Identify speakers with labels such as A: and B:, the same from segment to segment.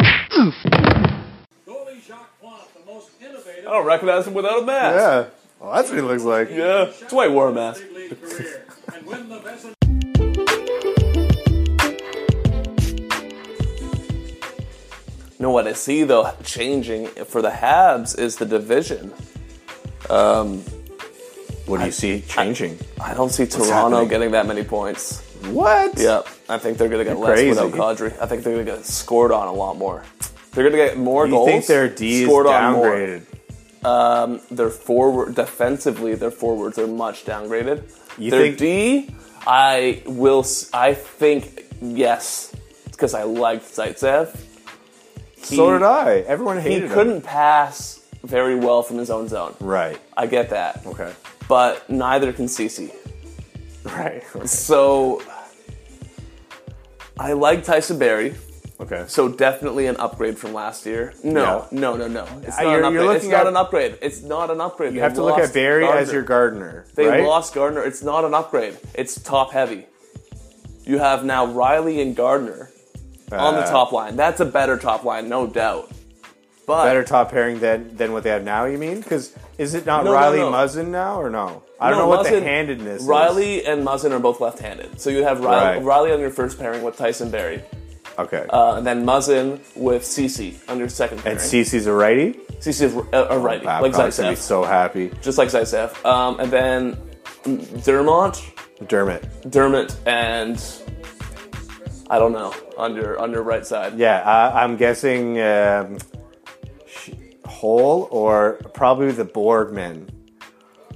A: move.
B: Goalie Jacques Plante, the most innovative
C: I don't recognize him without a mask.
D: Yeah. Well, that's what he looks like.
C: Yeah. That's why he wore a mask.
B: big league career, and win the Vezina
C: You know what I see though changing for the Habs is the division.
A: What do you see changing?
C: I don't see Toronto
A: happening?
C: getting that many points.
D: What?
C: Yep. I think they're going to get
D: You're
C: less
D: crazy.
C: without Kadri. I think they're going to get scored on a lot more. They're going to get more
D: You
C: goals.
D: think their D is
C: scored on more.
D: downgraded?
C: Their forward defensively, their forwards are much downgraded.
D: You
C: their
D: think-
C: D, I will. s- I think yes, because I liked Zaitsev. He-
D: so did I. Everyone hated
C: He
D: him.
C: couldn't pass very well from his own zone.
D: Right.
C: I get that,
D: Okay.
C: but neither can Cece.
D: Right.
C: So I like Tyson Berry.
D: Okay.
C: So definitely an upgrade from last year. No, no, no, no. It's
D: Uh,
C: not,
D: you're-
C: an,
D: you're
C: upgrade. It's
D: looking
C: not
D: at-
C: an upgrade. It's not an upgrade.
D: you have to look at Barry as your gardener.
C: They
D: right?
C: lost Gardner. It's not an upgrade. It's top heavy. You have now Riley and Gardner on the
D: Uh,
C: top line. That's a better top line, no doubt. But
D: better top pairing than than what they have now. You mean? Because is it not
C: No, no,
D: Riley
C: no.
D: Muzzin now or no? I don't
C: No,
D: know what
C: Muzzin-
D: the handedness is.
C: Riley and Muzzin are both left-handed, so you have Riley,
D: Right.
C: Riley on your first pairing with Tyson Berry,
D: Okay.
C: uh, and then Muzzin with Cece on your second pairing.
D: and Cece's a righty.
C: Cece is uh, a, a righty, like
D: Babcock's gonna be
C: Zaitsev.
D: so happy.
C: just like Zaitsev. Um, and then Dermont,
D: Dermot.
C: Dermot, and I don't know on your on your right side.
D: Yeah, I, I'm guessing um, sh- Hole or probably the Borgman.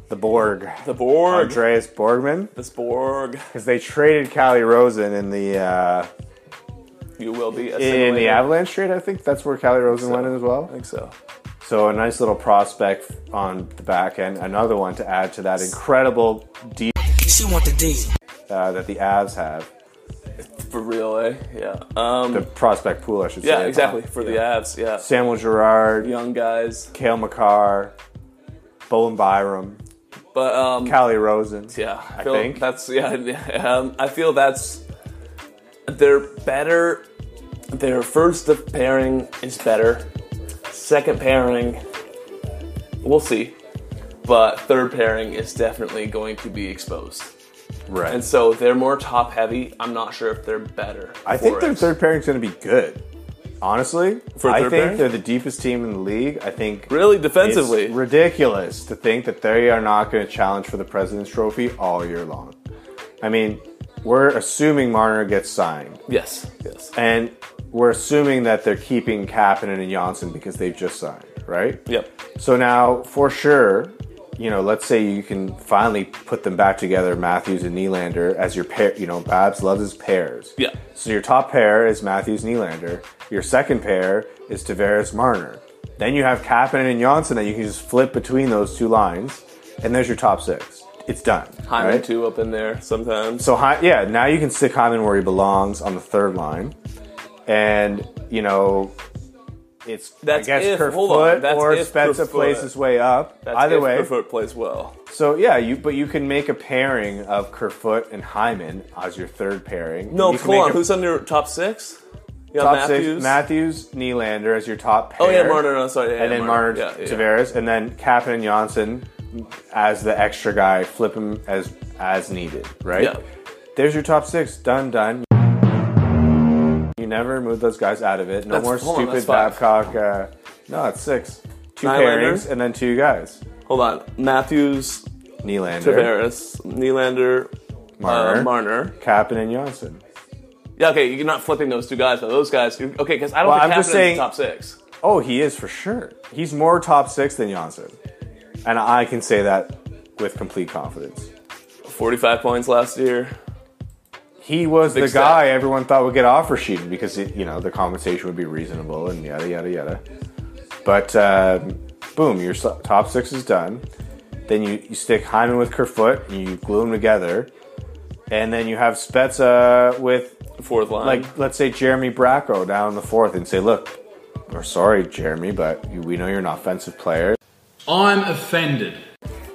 D: The Borg.
C: The Borg,
D: Andreas Borgman.
C: this Borg,
D: Because they traded Cali Rosen in the uh,
C: you will be
D: in
C: assimilated.
D: the Avalanche trade. I think that's where Cali Rosen
C: so.
D: went in as
C: I
D: well.
C: think so.
D: So a nice little prospect on the back end. Another one to add to that incredible deep
E: She want the D.
D: uh, that the Avs have.
C: For real, eh? Yeah. Um,
D: The prospect pool, I should say.
C: yeah, exactly. For the Avs, yeah.
D: Samuel Girard,
C: Young guys,
D: Kale McCarr, Bowen Byram,
C: but um,
D: Cali Rosen.
C: yeah, I,
D: I
C: feel
D: think.
C: that's yeah. Um, I feel that's they're better. Their first pairing is better. Second pairing, we'll see, but third pairing is definitely going to be exposed.
D: Right.
C: And so they're more top heavy. I'm not sure if they're better.
D: I think
C: for
D: their
C: it.
D: third pairing's going to be good. Honestly,
C: For
D: I
C: third
D: think
C: pairing?
D: they're the deepest team in the league. I think
C: really
D: it's
C: defensively.
D: ridiculous to think that they are not going to challenge for the President's Trophy all year long. I mean, we're assuming Marner gets signed,
C: yes, yes,
D: and we're assuming that they're keeping Kapanen and Janssen because they've just signed, right?
C: yep.
D: So now, for sure, you know, let's say you can finally put them back together, Matthews and Nylander, as your pair. You know, Babs loves his pairs.
C: Yeah.
D: So your top pair is Matthews Nylander. Your second pair is Tavares Marner. Then you have Kapanen and Janssen that you can just flip between those two lines, and there's your top six. It's done.
C: Hyman
D: right?
C: too up in there sometimes.
D: So Hy- yeah, now you can stick Hyman where he belongs on the third line, and you know. It's
C: That's
D: I guess
C: if-
D: per
C: hold
D: foot
C: on, that's
D: or
C: if per
D: Spezza plays
C: foot.
D: his way up.
C: That's
D: Either
C: if
D: way,
C: Kerfoot plays well.
D: so yeah, you but you can make a pairing of Kerfoot and Hyman as your third pairing.
C: No,
D: You can
C: hold
D: make
C: on.
D: a
C: Who's on your top six? You got
D: top
C: Matthews.
D: six? Matthews, Nylander as your top pair.
C: Oh yeah, Marner. No, sorry. Yeah,
D: and
C: yeah,
D: then Marner, Tavares, and then Kapanen and Janssen as the extra guy. Flip him as as needed, right?
C: Yeah.
D: There's your top six. Done, done. You never move those guys out of it. No
C: That's-
D: more
C: hold on,
D: stupid
C: that's five.
D: Babcock. Uh, no, it's six. Two
C: Nylander?
D: pairings and then two guys.
C: Hold on. Matthews,
D: Nylander,
C: Tavares, Nylander,
D: Marner,
C: Uh, Marner.
D: Kapanen and Janssen.
C: Yeah. Okay. You're not flipping those two guys. Though. Those guys. you- Okay. Because I don't
D: Well,
C: think
D: I'm just
C: Kapanen's
D: saying-
C: in the top six.
D: Oh, he is for sure. He's more top six than Janssen. And I can say that with complete confidence.
C: Forty-five points last year.
D: He was
C: Big
D: the
C: step.
D: guy everyone thought would get offer sheeted because, it, you know, the compensation would be reasonable and yada, yada, yada. But um boom, your s- top six is done. Then you, you stick Hyman with Kerfoot and you glue them together. And then you have Spezza with
C: Fourth line.
D: like let's say Jeremy Bracco down in the fourth and say, look, we're sorry, Jeremy, but you- we know you're an offensive player.
F: I'm offended.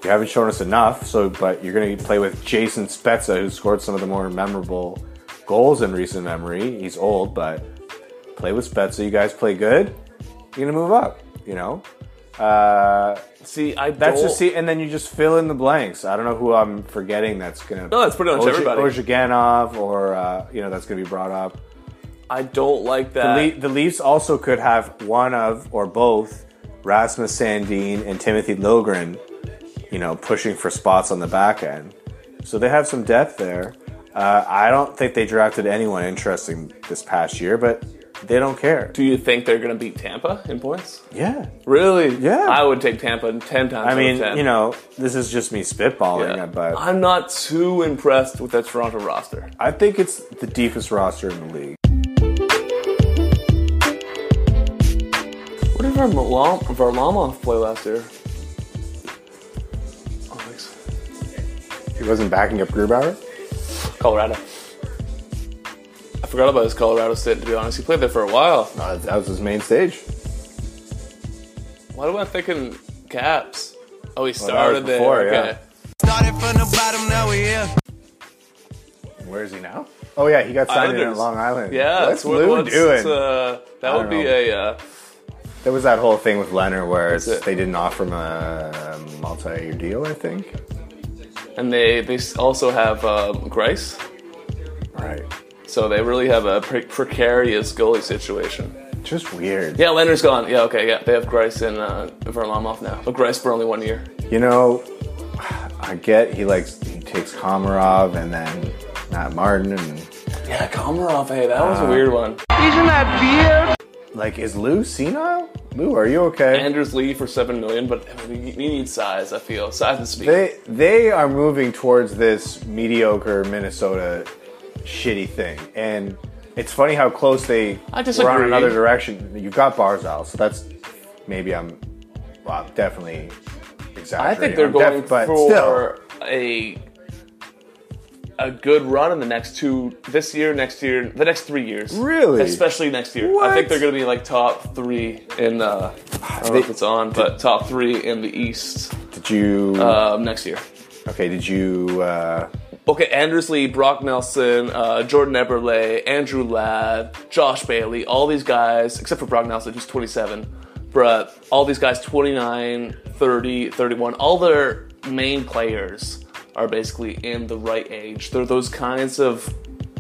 D: You haven't shown us enough, so but you're going to play with Jason Spezza, who scored some of the more memorable goals in recent memory. He's old, but play with Spezza. You guys play good, you're gonna move up. You know, uh,
C: See, I
D: that's
C: don't-
D: just see, and then you just fill in the blanks. I don't know who I'm forgetting. That's gonna
C: No, that's pretty much everybody.
D: Ozhiganov, or uh, you know, that's gonna be brought up.
C: I don't like
D: The,
C: that.
D: Le- the Leafs also could have one of or both Rasmus Sandin and Timothy Lilgren, you know, pushing for spots on the back end. So they have some depth there. Uh, I don't think they drafted anyone interesting this past year, but they don't care.
C: Do you think they're going to beat Tampa in points?
D: Yeah.
C: Really?
D: Yeah.
C: I would take Tampa in ten times. out
D: I
C: of
D: mean,
C: 10.
D: you know, this is just me spitballing,
C: Yeah.
D: but
C: I'm not too impressed with that Toronto roster.
D: I think it's the deepest roster in the league.
C: What did Varlam- Varlamov play last year? Oh, thanks.
D: He wasn't backing up Grubauer?
C: Colorado. I forgot about his Colorado State. To be honest, he played there for a while.
D: Uh, that was his main stage.
C: Why do I think in Caps? Oh, he
D: that was
C: started
D: before,
C: there. Okay.
D: yeah.
E: Started from the bottom, now we here.
D: Where is he now? Oh, yeah, he got signed in at
C: Islanders.
D: Long Island.
C: Yeah,
D: What's
C: that's what-
D: Lou
C: what's,
D: doing?
C: uh, that would
D: don't
C: be
D: know.
C: a. Uh,
D: There was that whole thing with Leonard where it's,
C: That's it.
D: they didn't offer him a um, multi-year deal, I think.
C: and they they s- also have um, Grice,
D: Right.
C: so they really have a pre- precarious goalie situation.
D: Just weird.
C: Yeah, Leonard's gone. Yeah, okay, yeah, they have Grice and uh, Varlamov now, but Grice for only one year.
D: You know, I get he likes he takes Komarov and then Matt Martin and
C: Yeah, Komarov. Hey, that
D: Ah.
C: was a weird one.
D: like is Lou senile? Lou, are you okay?
C: Anders Lee for seven million, but I mean, you need size. I feel size and speed.
D: they they are moving towards this mediocre Minnesota shitty thing, and it's funny how close they
C: I
D: were on
C: disagree.
D: another direction. You've got Barzal, so that's maybe I'm well, I'm definitely
C: I
D: exaggerating.
C: think they're
D: I'm
C: going
D: def- but
C: for uh,
D: still,
C: a a good run in the next two, this year, next year, the next three years.
D: Really?
C: Especially next year. I think
D: What?
C: they're going to be like top three in. Uh, I don't know if
D: They-
C: it's on, but top three in the East
D: did you
C: um, next year.
D: okay? Did you uh,
C: Okay, Anders Lee, Brock Nelson, uh, Jordan Eberle, Andrew Ladd, Josh Bailey, all these guys, except for Brock Nelson, who's 27, but all these guys, 29, 30, 31, all their main players are basically in the right age. They're those kinds of,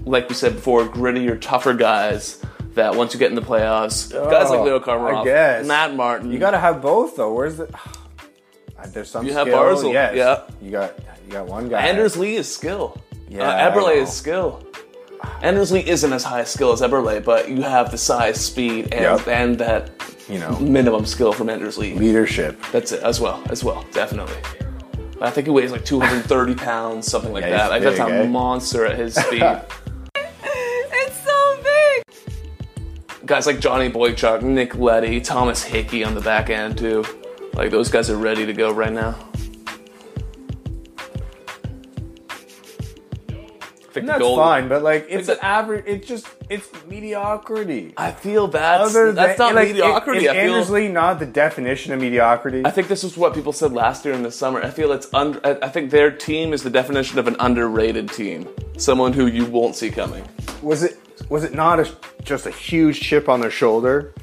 C: like we said before, grittier, tougher guys that once you get in the playoffs, guys like
D: Oh,
C: Leo
D: I
C: Komarov,
D: guess.
C: Matt Martin,
D: you got to have both though? Where's the uh, there's some
C: You have
D: skill,
C: Barzal,
D: yes.
C: yeah.
D: You got you got one guy.
C: Anders Lee is skill.
D: Yeah,
C: Uh,
D: I
C: Eberle
D: don't know.
C: is skill. Anders Lee isn't as high skill as Eberle, but you have the size, speed, and,
D: Yep.
C: and that
D: you know,
C: minimum skill from Anders Lee.
D: leadership.
C: That's it as well, as well, definitely. I think he weighs like 230 pounds, something like
D: Yeah,
C: that.
D: he's
C: Like that's
D: big,
C: a
D: eh?
C: monster at his speed.
G: It's so big.
C: guys like Johnny Boychuk, Nick Letty, Thomas Hickey on the back end too. Like those guys are ready to go right now. I think the
D: That's
C: goal-
D: fine, but like it's
C: Like
D: an
C: the-
D: average. It's just it's mediocrity.
C: I feel that's
D: Other
C: that's
D: than-
C: not
D: like,
C: mediocrity.
D: Is,
C: I feel
D: Anders Lee not the definition of mediocrity?
C: I think this is what people said last year in the summer. I feel it's under. I I think their team is the definition of an underrated team, someone who you won't see coming.
D: was it was it not a, just a huge chip on their shoulder,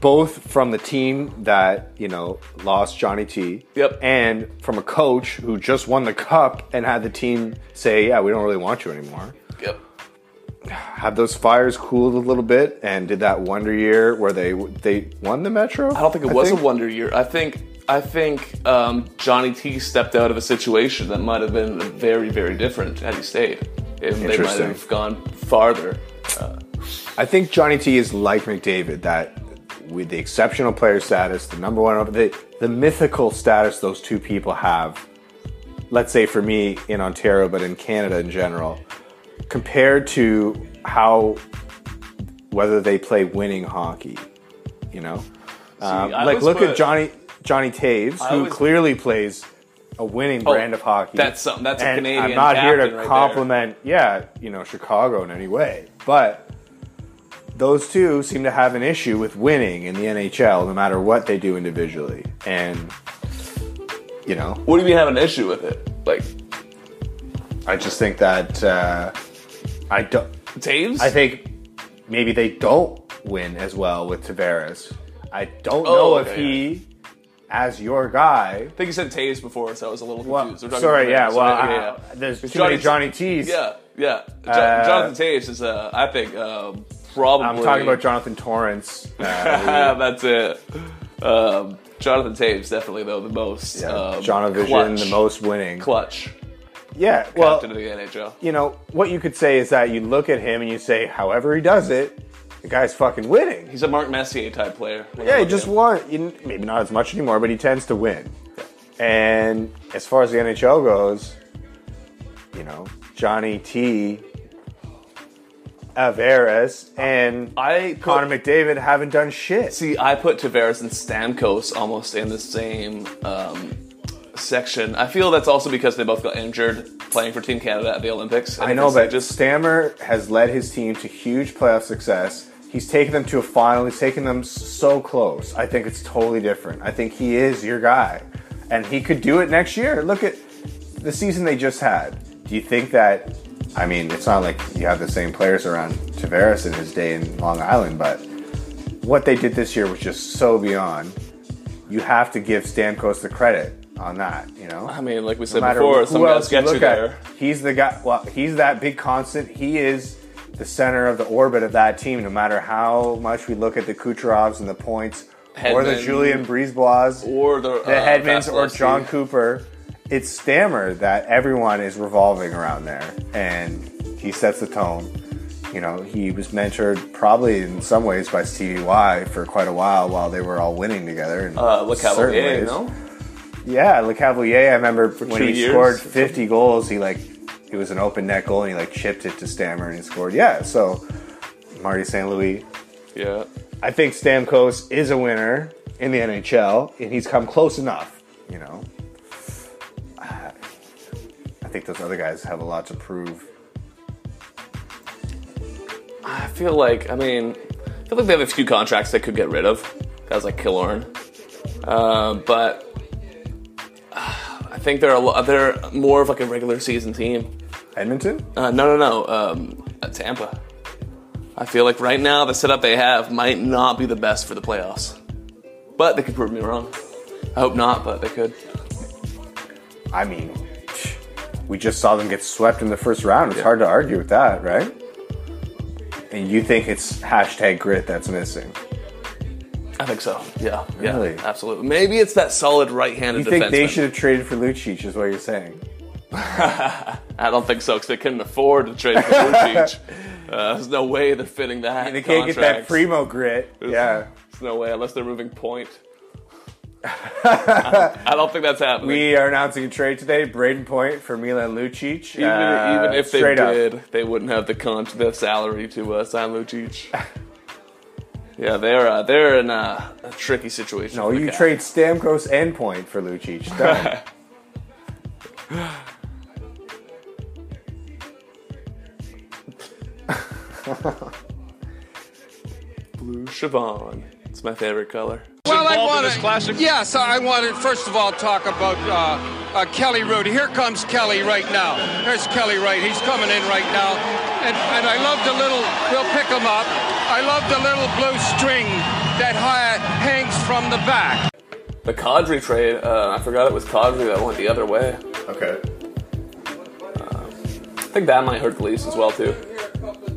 D: both from the team that you know lost Johnny T.
C: Yep.
D: and from a coach who just won the cup and had the team say, "Yeah, we don't really want you anymore."
C: Yep.
D: Have those fires cooled a little bit, and did that wonder year where they they won the Metro?
C: I don't think it was a wonder year. I think I think um, Johnny T stepped out of a situation that might have been very very different had he stayed. And they might
D: Interesting.
C: have gone farther.
D: I think Johnny T is like McDavid, that with the exceptional player status, the number one, the, the mythical status those two people have, let's say for me in Ontario, but in Canada in general, compared to how, whether they play winning hockey, you know? Um,
C: I
D: like,
C: was
D: look
C: put-
D: at Johnny Johnny Taves,
C: I
D: who
C: was-
D: clearly plays a winning brand of hockey.
C: Oh, that's something- that's a
D: And
C: Canadian
D: I'm not here
C: captain
D: to
C: right there.
D: compliment, yeah, you know, Chicago in any way, but those two seem to have an issue with winning in the NHL, no matter what they do individually. And you know,
C: What do we have an issue with it? Like
D: I just think that uh, I don't.
C: Taves?
D: I think maybe they don't win as well with Tavares. I don't know
C: Oh,
D: if
C: okay,
D: he, as your
C: I
D: guy,
C: think you said Taves before, so I was a little
D: well,
C: confused. We're talking
D: sorry,
C: about
D: yeah,
C: Tavares,
D: well,
C: right?
D: I-
C: yeah, yeah.
D: there's too many
C: Johnny-
D: Johnny T's.
C: yeah, yeah. Jo-
D: Uh,
C: Jonathan Taves is, uh, I think, um, probably.
D: I'm talking about Jonathan Torrance. Uh,
C: That's it. Um, Jonathan Taves definitely though the most.
D: yeah,
C: um,
D: Jonavision,
C: clutch-
D: the most winning.
C: clutch
D: yeah, well,
C: captain of the NHL.
D: you know, what you could say is that you look at him and you say, however he does it, the guy's fucking winning.
C: He's a Mark Messier type player. When I
D: Yeah, he
C: look at
D: just
C: him.
D: won. You- Maybe not as much anymore, but he tends to win. And as far as the NHL goes, you know, Johnny T, Averis, and
C: I put,
D: Connor McDavid haven't done shit.
C: See, I put Tavares and Stamkos almost in the same um, section. I feel that's also because they both got injured playing for Team Canada at the Olympics. And
D: I know,
C: it's
D: but
C: just
D: Stammer has led his team to huge playoff success. He's taken them to a final. He's taken them so close. I think it's totally different. I think he is your guy, and he could do it next year. Look at the season they just had. Do you think that? I mean, it's not like you have the same players around Tavares in his day in Long Island, but what they did this year was just so beyond. You have to give Stamkos the credit on that. You know,
C: I mean, like we said
D: no matter
C: before,
D: who
C: some guys
D: else you
C: get you
D: look at,
C: there.
D: He's the guy. Well, he's that big constant. He is the center of the orbit of that team. No matter how much we look at the Kucherovs and the points, or the
C: Hedman.
D: Julian Breezeblaws,
C: Or the,
D: the
C: uh,
D: Headmans, or
C: Vasilevsky.
D: John Cooper, it's Stammer that everyone is revolving around there, and he sets the tone. You know, he was mentored probably in some ways by Stevie Y for quite a while while they were all winning together. In
C: Uh, Le
D: certain
C: Cavalier,
D: ways.
C: no?
D: Yeah, Le Cavalier. I remember when
C: two
D: he
C: years or
D: scored
C: something.
D: 50 goals. He like it was an open net goal, and he like chipped it to Stammer, and he scored. Yeah, so Marty St. Louis.
C: Yeah.
D: I think Stamkos is a winner in the NHL, and he's come close enough. You know, I think those other guys have a lot to prove.
C: I feel like, I mean, I feel like they have a few contracts they could get rid of. Guys like Killorn. Uh, but uh, I think they're a lo- they're more of like a regular season team.
D: Edmonton.
C: Uh, no, no, no. Um, uh, Tampa. I feel like right now the setup they have might not be the best for the playoffs. But they could prove me wrong. I hope not, but they could.
D: I mean, we just saw them get swept in the first round. It's hard to argue with that, right? And you think it's hashtag grit that's missing?
C: I think so. Yeah. yeah,
D: Really?
C: absolutely. Maybe it's that solid right-handed
D: You think they
C: defenseman.
D: should have traded for Lucic, is what you're saying.
C: I don't think so because they couldn't afford to trade for Lucic. uh, there's no way they're fitting that.
D: They can't get that
C: contract.
D: primo grit. Yeah.
C: There's no way unless they're moving point. I, don't, I don't think that's happening.
D: We are announcing a trade today, Braden Point for Milan Lucic.
C: even,
D: Uh,
C: even if they
D: straight up.
C: did, they wouldn't have the con- the salary to uh, sign Lucic. yeah, they're uh, they're in uh, a tricky situation.
D: No,
C: for the
D: you
C: Caps.
D: trade Stamkos and Point for Lucic. Done.
C: blue Siobhan. It's my favorite color.
H: Well, I want to. Yes, I want to first of all talk about uh, uh, Kelly Rudy. Here comes Kelly right now. There's Kelly right. He's coming in right now, and and I love the little. We'll pick him up. I love the little blue string that hi- hangs from the back.
C: The Kadri trade. Uh, I forgot it was Kadri that went the other way.
D: okay.
C: I think that might hurt the Leafs as well too.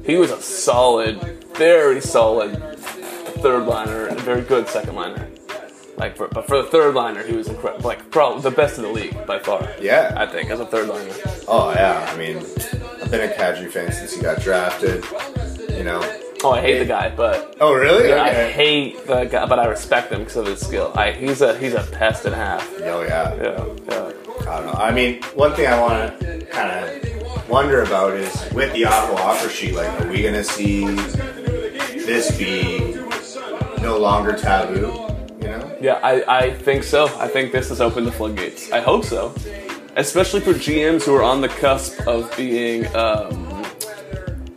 C: He was a solid, very solid third liner and a very good second liner. Like, for, but for the third liner, he was incredible. Like, probably the best in the league by far.
D: Yeah.
C: I think as a third liner.
D: Oh, yeah. I mean, I've been a Kadri fan since he got drafted. You know.
C: Oh, I hate the guy, but
D: Oh, really?
C: I hate the guy, but I respect him because of his skill. I, he's a he's a pest in half.
D: Oh, yeah.
C: Yeah, yeah.
D: I don't know. I mean, one thing I want to kind of wonder about is with the Ottawa offer sheet, like, are we going to see this be no longer taboo? You know?
C: Yeah, I, I think so. I think this has opened the floodgates. I hope so. Especially for GMs who are on the cusp of being um,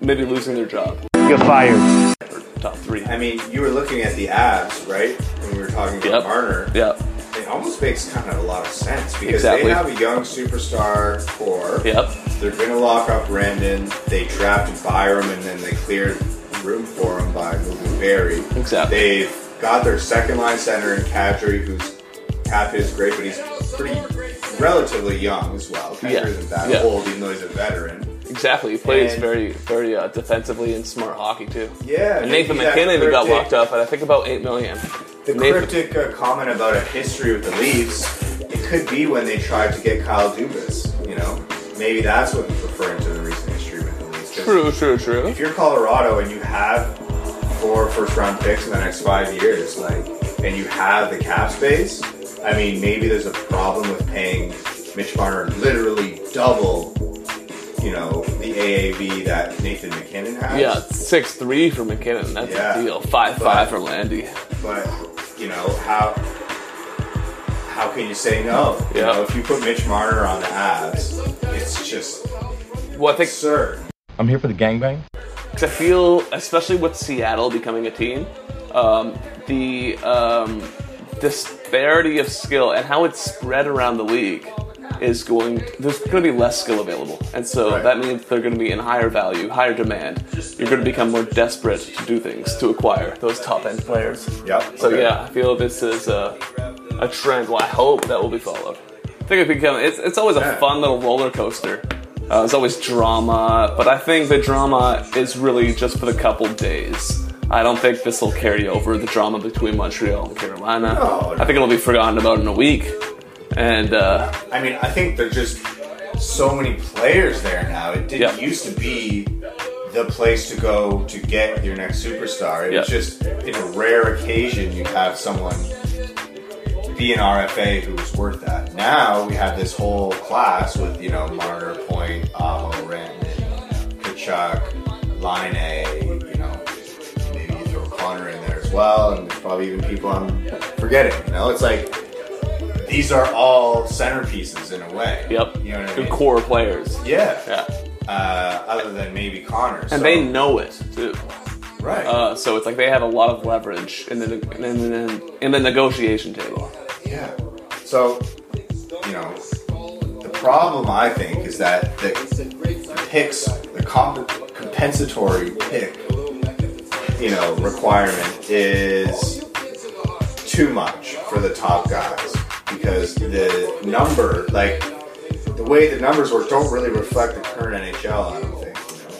C: maybe losing their job.
I: You're fired.
C: Top three.
D: I mean, you were looking at the abs, right? When we were talking about
C: Yep.
D: Marner.
C: Yep.
D: It almost makes kind of a lot of sense because
C: Exactly.
D: they have a young superstar core.
C: Yep.
D: They're going to lock up Brandon. They drafted Byram and then they cleared room for him by moving Barry.
C: Exactly.
D: They've got their second line center in Kadri, who's half is great, but he's pretty relatively young as well. Kadri
C: Yeah.
D: isn't that
C: Yeah.
D: old, even though he's a veteran.
C: Exactly. He plays
D: And-
C: very, very uh, defensively and smart hockey too.
D: Yeah,
C: And Nathan
D: maybe that
C: McKinnon even got
D: cryptic-
C: locked up, and I think about eight million.
D: The
C: Nathan-
D: cryptic uh, comment about a history with the Leafs, it could be when they tried to get Kyle Dubas. You know, maybe that's what he's referring to the recent history with the Leafs. 'cause
C: True, true, true.
D: If you're Colorado and you have four first round picks in the next five years, like, and you have the cap space, I mean, maybe there's a problem with paying Mitch Marner literally double, you know, the AAV that Nathan McKinnon has.
C: Yeah, six three for McKinnon. That's
D: Yeah.
C: a deal. Five five for Landy.
D: But you know how how can you say no? You
C: Yeah.
D: know, if you put Mitch Marner on the abs, it's just
C: Well, I think
D: absurd.
I: I'm here for the gangbang.
C: 'cause I feel, especially with Seattle becoming a team, um, the um, disparity of skill and how it's spread around the league is going. There's going to be less skill available, and so
D: Right.
C: that means they're going to be in higher value, higher demand. You're going to become more desperate to do things to acquire those top end players.
D: Yep.
C: So
D: okay.
C: yeah, I feel this is a, a trend. Well, I hope that will be followed. I think it become it's, it's always a
D: Yeah.
C: fun little roller coaster. Uh, it's always drama, but I think the drama is really just for the couple days. I don't think this will carry over the drama between Montreal and Carolina.
D: No.
C: I think it'll be forgotten about in a week. And uh,
D: I mean, I think there's just so many players there now. It didn't
C: Yeah.
D: used to be the place to go to get your next superstar. It was
C: Yeah.
D: just in a rare occasion you'd have someone be an RFA who was worth that. Now we have this whole class with, you know, Marner, Point, Aho, Rantanen, Kachuk, Line you know, maybe you throw Connor in there as well, and there's probably even people I'm forgetting, you know? It's like these are all centerpieces in a way.
C: yep,
D: You know what I
C: good
D: mean?
C: core players.
D: Yeah.
C: Yeah,
D: Uh, other than maybe Connor.
C: and they know it too.
D: Right.
C: Uh, so it's like they have a lot of leverage in the in the, in the negotiation table.
D: Yeah. So, you know, the problem I think is that the the picks, the comp- compensatory pick, you know, requirement is too much for the top guys because the number, like the way the numbers work, don't really reflect the current NHL. I don't think. You know?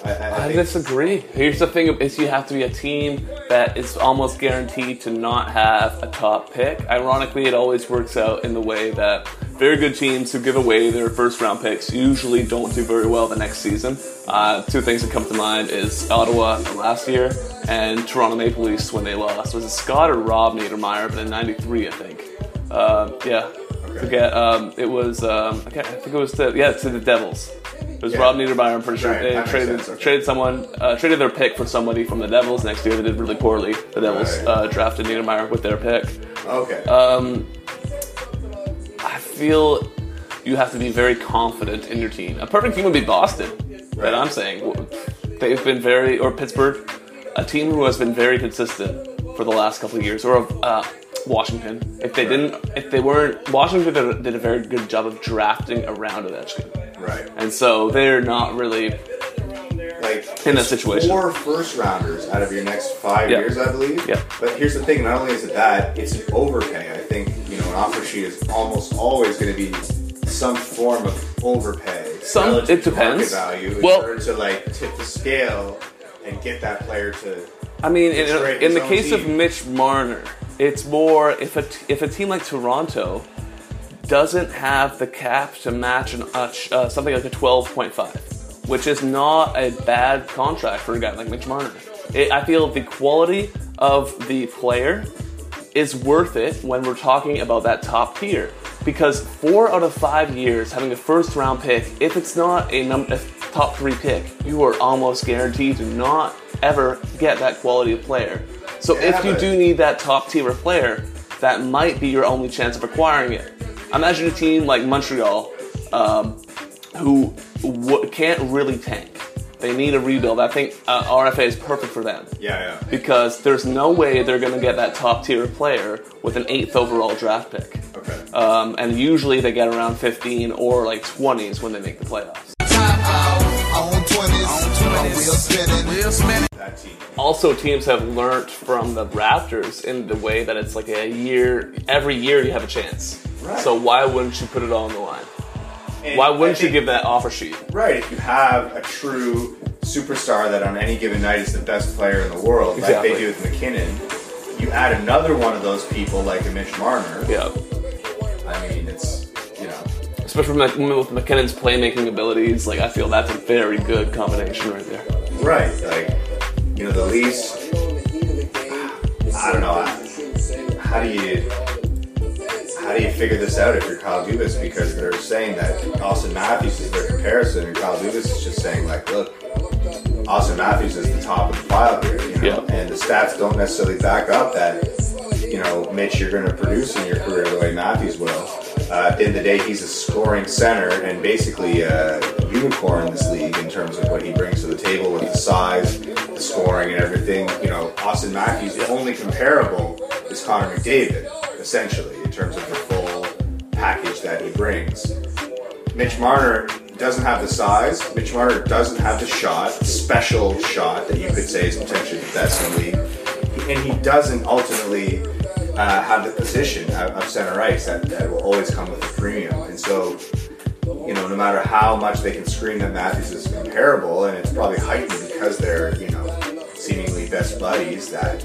D: I, I, I
C: I
D: think
C: disagree. Here's the thing: is you have to be a team that is almost guaranteed to not have a top pick. Ironically, it always works out in the way that very good teams who give away their first round picks usually don't do very well the next season. Uh, two things that come to mind is Ottawa last year and Toronto Maple Leafs when they lost. Was it Scott or Rob Niedermeyer? But in '93, I think. Uh, yeah. Forget. Um, it was. Um, I, can't, I think it was to yeah to the Devils. It was
D: Yeah.
C: Rob Niedermeyer. I'm pretty sure
D: Right,
C: they
D: that makes
C: traded
D: sense, okay.
C: traded someone uh, traded their pick for somebody from the Devils. Next year they did really poorly. The Devils
D: Right.
C: uh, drafted Niedermeyer with their pick.
D: okay.
C: I feel you have to be very confident in your team. A perfect team would be Boston. That
D: Right.
C: I'm saying they've been very or Pittsburgh, a team who has been very consistent for the last couple of years, or uh, Washington. If they didn't, if they weren't, Washington did a, did a very good job of drafting around Ovechkin,
D: right.
C: and so they're not really
D: like
C: In that situation.
D: Four first rounders out of your next five
C: Yeah.
D: years, I believe.
C: Yeah.
D: But here's the thing: not only is it that, it's an overpay. I think you know an offer sheet is almost always going to be some form of overpay.
C: Some-
D: relative
C: it
D: to market
C: depends.
D: value in
C: Well-
D: order to like tip the scale and get that player to
C: I mean, in,
D: It's right,
C: in the
D: his own
C: case of
D: team.
C: Mitch Marner, it's more if a t- if a team like Toronto doesn't have the cap to match an, uh, ch- uh, something like a twelve point five, which is not a bad contract for a guy like Mitch Marner. It, I feel the quality of the player is worth it when we're talking about that top tier. Because four out of five years having a first round pick, if it's not a, num- a top three pick, you are almost guaranteed to not ever get that quality of player. So if you
D: Yeah, but-
C: do need that top tier of player, that might be your only chance of acquiring it. Imagine a team like Montreal um, who w- can't really tank. They need a rebuild. I think uh, RFA is perfect for them
D: yeah yeah
C: because there's no way they're going to get that top tier player with an eighth overall draft pick.
D: okay.
C: Um, and usually they get around 15 or like 20s when they make the playoffs.
E: Top out on 12 20s. Wheel spinning. Wheel spinning.
D: That team.
C: also teams have learnt from the Raptors in the way that it's like a year every year you have a chance. So why wouldn't you put it all on the line?
D: And
C: Why
D: I
C: wouldn't you
D: think-
C: give that offer sheet?
D: Right, if you have a true superstar that on any given night is the best player in the world,
C: Exactly.
D: like they do with McKinnon, you add another one of those people like a Mitch Marner.
C: Yeah.
D: I mean, it's you know,
C: Especially with Mc- with McKinnon's playmaking abilities, like I feel that's a very good combination right there.
D: right? Like you know, the least. I don't know. I- How do you how do you figure this out if you're Kyle Dubas? Because they're saying that Austin Matthews is their comparison, and Kyle Dubas is just saying like, look, Austin Matthews is the top of the pile here, you know,
C: Yeah.
D: and the stats don't necessarily back up that. You know, Mitch, you're going to produce in your career the way Matthews will. Uh, at the end of the day, he's a scoring center and basically a unicorn in this league in terms of what he brings to the table with the size, the scoring, and everything. You know, Austin Matthews, the only comparable is Connor McDavid, essentially, in terms of the full package that he brings. Mitch Marner doesn't have the size. Mitch Marner doesn't have the shot, special shot that you could say is potentially the best in the league. And he doesn't ultimately uh, have the position of, of center ice that, that will always come with a premium. And so, you know, no matter how much they can scream that Matthews is comparable, and it's probably heightened because they're, you know, seemingly best buddies, that,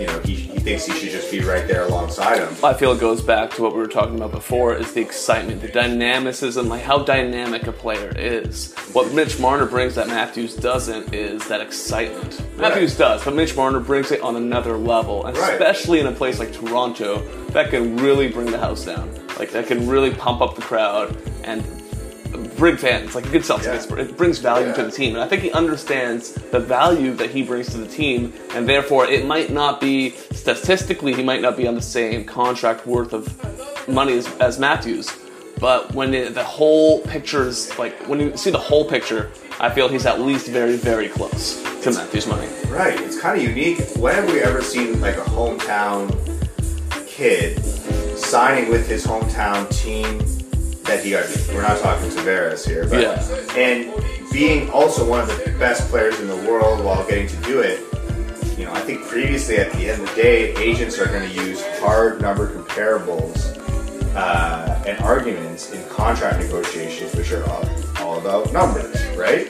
D: you know, he, he thinks he should just be right there alongside him.
C: I feel it goes back to what we were talking about before is the excitement, the dynamicism, like how dynamic a player is. What Mitch Marner brings that Matthews doesn't is that excitement. Matthews does, but Mitch Marner brings it on another level, and
D: Right.
C: especially in a place like Toronto, that can really bring the house down. Like that can really pump up the crowd and bring fans, like a good Celtics.
D: Yeah.
C: it's- It brings value to
D: Yeah.
C: the team, and I think he understands the value that he brings to the team, and therefore it might not be statistically he might not be on the same contract worth of money as, as Matthews, but when it, the whole picture is like when you see the whole picture, I feel he's at least very very close to Matthews' money.
D: Right. It's kind of unique. When have we ever seen like a hometown kid signing with his hometown team that he got? We're not talking Tavares here, but
C: Yeah.
D: and being also one of the best players in the world while getting to do it. You know, I think previously at the end of the day, agents are going to use hard number comparables uh, and arguments in contract negotiations, which are all, all about numbers, right?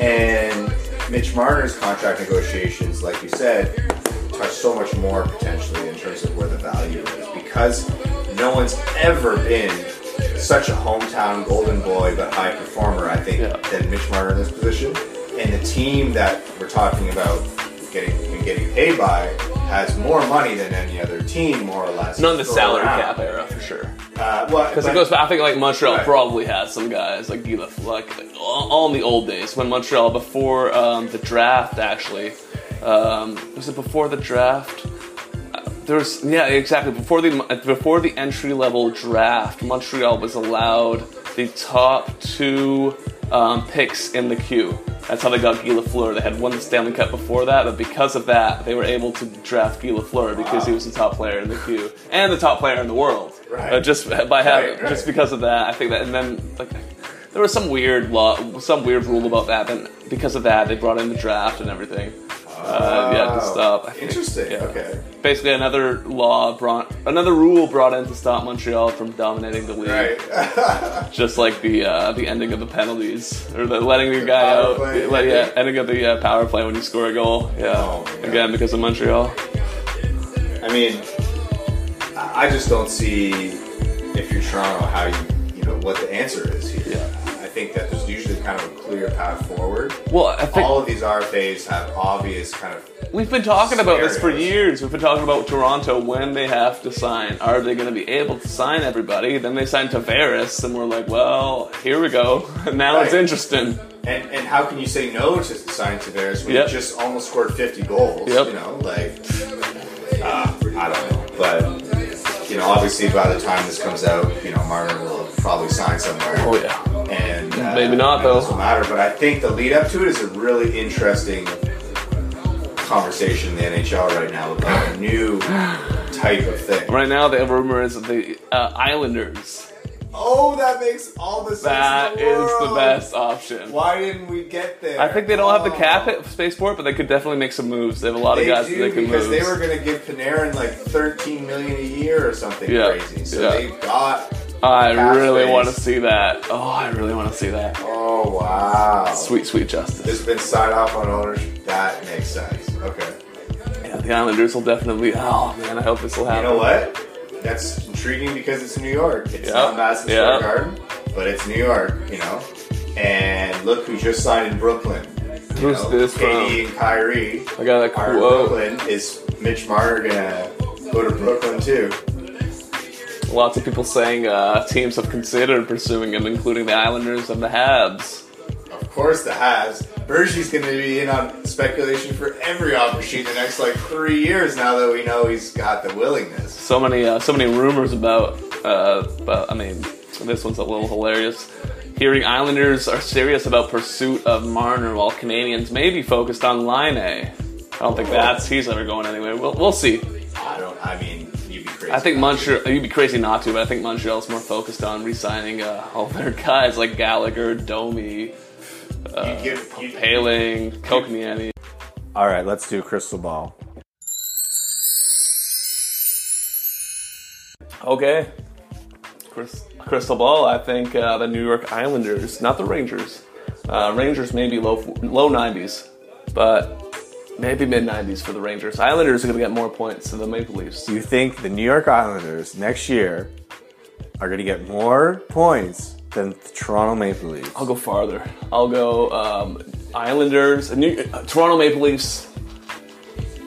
D: And Mitch Marner's contract negotiations, like you said, touch so much more potentially in terms of where the value is because no one's ever been such a hometown golden boy but high performer, I think,
C: Yeah.
D: than Mitch Marner in this position. And the team that we're talking about getting and getting paid by has more money than any other team, more or less.
C: Not in the salary
D: around.
C: cap era for sure.
D: Uh, well,
C: Because
D: but-
C: it goes back, I think like Montreal
D: Right.
C: probably has some guys like Gila, like all all in the old days when Montreal before um, the draft actually um, was it before the draft? Uh, There was yeah exactly before the before the entry level draft Montreal was allowed the top two um, picks in the queue. That's how they got Guy Lafleur. They had won the Stanley Cup before that, but because of that, they were able to draft Guy Lafleur because he was the top player in the queue and the top player in the world.
D: Right.
C: Uh, just by having
D: Right, right.
C: just because of that, I think that, and then like there was some weird law, some weird rule about that, and because of that, they brought in the draft and everything. Uh, yeah, to
D: Oh,
C: stop. I think.
D: Interesting.
C: Yeah.
D: Okay.
C: Basically, another law brought, another rule brought in to stop Montreal from dominating the league.
D: Right.
C: Just like the uh, the ending of the penalties or the letting your guy
D: power
C: out,
D: play.
C: let- yeah, ending of the uh, power play when you score a goal. Yeah,
D: Oh, yeah.
C: again because of Montreal.
D: I mean, I I just don't see if you're Toronto how you you know what the answer is here.
C: Yeah.
D: I think that there's usually kind of a clear path forward.
C: Well, I think
D: All of these RFAs have obvious kind of
C: We've been talking about this for
D: Scenarios.
C: years. We've been talking about Toronto when they have to sign. Are they going to be able to sign everybody? Then they signed Tavares, and we're like, well, here we go. now it's
D: Right.
C: interesting.
D: and and how can you say no to signing Tavares when
C: Yep.
D: you just almost scored 50 goals?
C: Yep.
D: You know, like uh, I don't know, but you know, obviously by the time this comes out, you know, Martin will probably sign somewhere.
C: Oh yeah.
D: and uh,
C: Maybe not,
D: it
C: though.
D: Doesn't matter, but I think the lead up to it is a really interesting conversation in the NHL right now about a new type of thing.
C: Right now, the rumor is that the uh, Islanders
D: Oh, that makes all the sense.
C: That
D: in the
C: is the
D: world.
C: best option.
D: Why didn't we get there?
C: I think they don't have the
D: Oh.
C: cap at spaceport, but they could definitely make some moves. They have a lot
D: They
C: of guys
D: do
C: that they can
D: because
C: move.
D: they were going to give Panarin like 13 million a year or something
C: Yeah,
D: crazy. So
C: yeah.
D: they've got.
C: I
D: cap
C: really
D: space.
C: want to see that. Oh, I really want to see that.
D: Oh wow!
C: Sweet, sweet justice.
D: There's been side off on ownership. That makes sense. Okay.
C: Yeah, the Islanders will definitely. Oh man, I hope this will
D: You
C: happen.
D: know what? That's intriguing because it's New York. It's
C: Yeah.
D: not Madison
C: Yeah.
D: Square Garden, but it's New York, you know. And look who just signed in Brooklyn. You
C: Who's
D: know,
C: this
D: KD and Kyrie
C: I got a
D: are in
C: quote.
D: Brooklyn. Is Mitch Marner gonna go to Brooklyn too?
C: Lots of people saying uh, teams have considered pursuing him, including the Islanders and the Habs.
D: Of course, the Habs. Bergie's gonna be in on speculation for every offer sheet the next like three years. Now that we know he's got the willingness.
C: So many, uh, so many rumors about. Uh, but I mean, this one's a little hilarious. Hearing Islanders are serious about pursuit of Marner, while Canadians may be focused on Line. I don't think that's he's ever going anywhere. We'll, we'll see.
D: I don't. I mean, you'd be crazy.
C: I think Montreal. You'd be crazy not to, but I think Montreal's more focused on re-signing uh, all their guys like Gallagher, Domi,
D: you give, you,
C: Paling, Kokniemi.
D: All right, let's do crystal ball.
C: Okay. Chris, crystal ball. I think uh, the New York Islanders, not the Rangers. Uh, Rangers maybe low low nineties, but maybe mid nineties for the Rangers. Islanders are going to get more points than the Maple Leafs.
D: Do you think the New York Islanders next year are going to get more points than the Toronto Maple Leafs?
C: I'll go farther. I'll go um, Islanders, New, uh, Toronto Maple Leafs,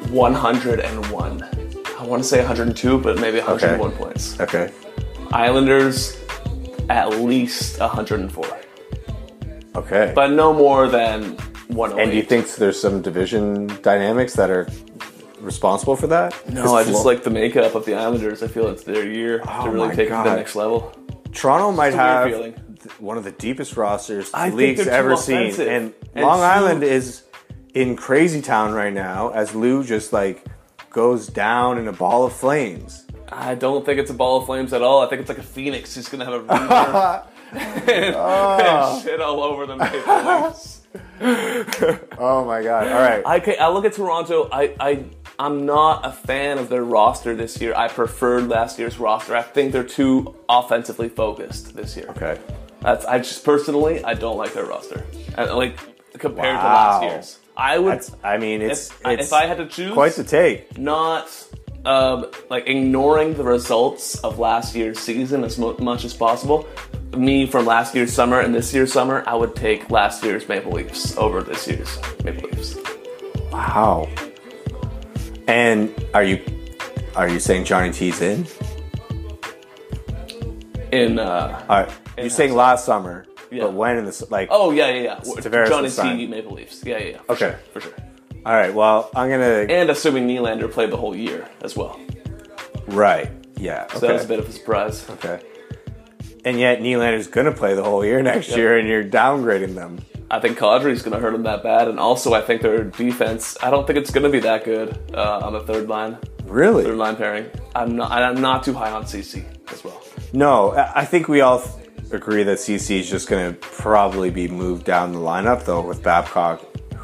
C: 101. I want to say 102, but maybe 101
D: Okay.
C: points.
D: Okay.
C: Islanders, at least 104,
D: Okay.
C: but no more than 108.
D: and do you think there's some division dynamics that are responsible for that?
C: No, I just like the makeup of the Islanders. I feel it's their year
D: Oh
C: to really
D: my
C: take it to the
D: God.
C: next level.
D: Toronto might
C: a weird
D: have
C: feeling.
D: th- one of the deepest rosters
C: I
D: the
C: think they're
D: league's
C: too
D: ever seen,
C: offensive.
D: and,
C: And
D: Long
C: too-
D: Island is in crazy town right now as Lou just like goes down in a ball of flames.
C: I don't think it's a ball of flames at all. I think it's like a phoenix. He's gonna have a rebirth and,
D: Ah.
C: and shit all over the Maple Leafs.
D: Oh my god! All right.
C: I, ca- I look at Toronto. I, I I'm not a fan of their roster this year. I preferred last year's roster. I think they're too offensively focused this year.
D: okay.
C: That's I just personally I don't like their roster. And, like compared to
D: Wow.
C: last year's, I would.
D: That's, I mean, it's
C: if,
D: it's
C: if I had to choose,
D: quite the take.
C: not um, like ignoring the results of last year's season as mu much as possible. Me from last year's summer and this year's summer, I would take last year's Maple Leafs over this year's Maple Leafs.
D: Wow. And are you are you saying Johnny T's in?
C: In uh,
D: All right. You're saying last summer,
C: Yeah.
D: but when in the s- like?
C: Oh yeah, yeah, yeah.
D: Tavares
C: Johnny
D: was signed.
C: T. Maple Leafs. Yeah, yeah, yeah. For
D: Okay.
C: sure, for sure.
D: All right. Well, I'm gonna.
C: And assuming Nylander played the whole year as well,
D: Right. Yeah. Okay.
C: so that was a bit of a surprise.
D: okay. And yet Nylander's gonna play the whole year next
C: Yep.
D: year, and you're downgrading them.
C: I think Kadri's going to hurt him that bad, and also I think their defense. I don't think it's going to be that good uh, on the third line, third
D: Really?
C: line pairing. I'm not. I'm not too high on CC as well.
D: No. I I think we all agree that CC is just gonna probably be moved down the lineup though with Babcock.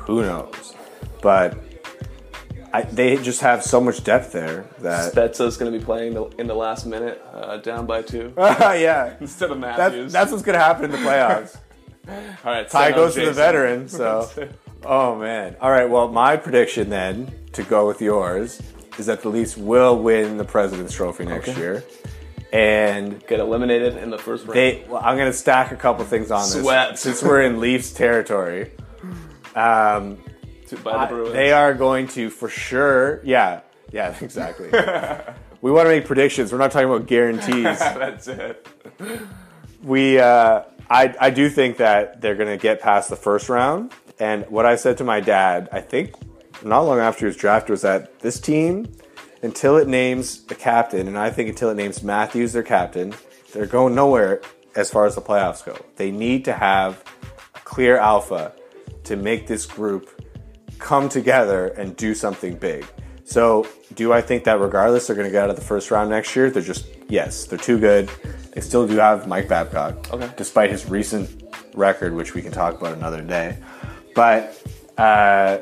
D: Who knows? But. I, they just have so much depth there that
C: Spezza's going to be playing the, in the last minute, uh, down by two
D: yeah,
C: instead of
D: that's,
C: Matthews.
D: that's what's gonna happen in the playoffs.
C: all right.
D: Ty
C: send out
D: goes to the
C: Jason.
D: veteran, so oh man. All right, well, my prediction then to go with yours is that the Leafs will win the President's Trophy next
C: Okay.
D: year, and
C: Get eliminated in the first round.
D: they. Well, I'm gonna stack a couple things on this
C: Swept.
D: since we're in Leafs territory. Um,
C: to- by the Bruins.
D: they are going to for sure. Yeah, yeah, exactly. we want to make predictions. We're not talking about guarantees.
C: that's it.
D: we uh, I, I do think that they're going to get past the first round and what i said to my dad i think not long after his draft was that this team until it names the captain and i think until it names matthews their captain they're going nowhere as far as the playoffs go they need to have a clear alpha to make this group come together and do something big so do i think that regardless they're going to get out of the first round next year they're just yes they're too good They still do have Mike Babcock,
C: Okay.
D: despite his recent record, which we can talk about another day. But uh,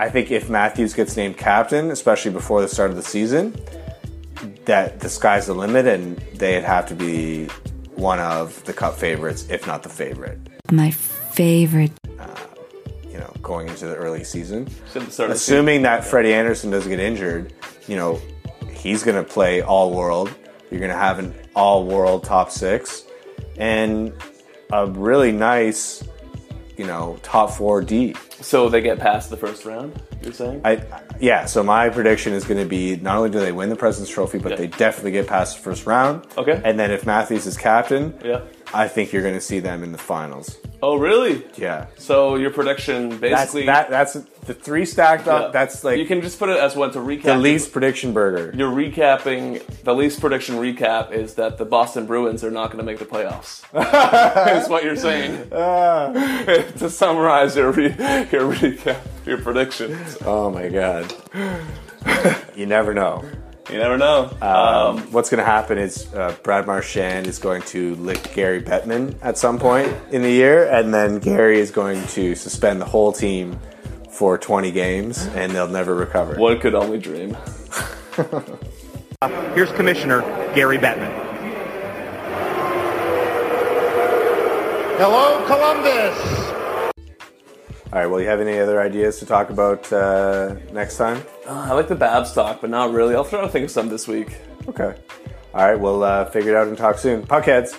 D: I think if Matthews gets named captain, especially before the start of the season, that the sky's the limit, and they'd have to be one of the cup favorites, if not the favorite.
G: My favorite.
D: You know, going into the early season.
C: Said the start of the season.
D: Assuming that Freddie Anderson doesn't get injured, you know, he's going to play all world. You're going to have an all world top six and a really nice, you know, top four deep.
C: So they get past the first round. You're saying?
D: I, yeah, so my prediction is going to be not only do they win the President's Trophy, but
C: Yeah.
D: they definitely get past the first round.
C: Okay.
D: And then if Matthews is captain,
C: yeah.
D: I think you're going to see them in the finals.
C: Oh, really?
D: Yeah.
C: So your prediction
D: That's,
C: basically
D: that, that's the three stacked
C: yeah.
D: up. That's like
C: you can just put it as one to recap.
D: the least prediction burger.
C: You're recapping. The least prediction recap is that the Boston Bruins are not going to make the playoffs. That's what you're saying. Ah. to summarize your re- your recap, your predictions.
D: Oh my god. you never know.
C: You never know. Uh,
D: What's going to happen is uh, Brad Marchand is going to lick Gary Bettman at some point in the year, and then Gary is going to suspend the whole team for 20 games, and they'll never recover.
C: one could only dream.
I: Here's Commissioner Gary Bettman. Hello, Columbus.
D: All right. Well, you have any other ideas to talk about uh, next time?
C: I like the Babs talk, but not really. I'll try to think of some this week.
D: Okay. All right. We'll uh, figure it out and talk soon. Puckheads.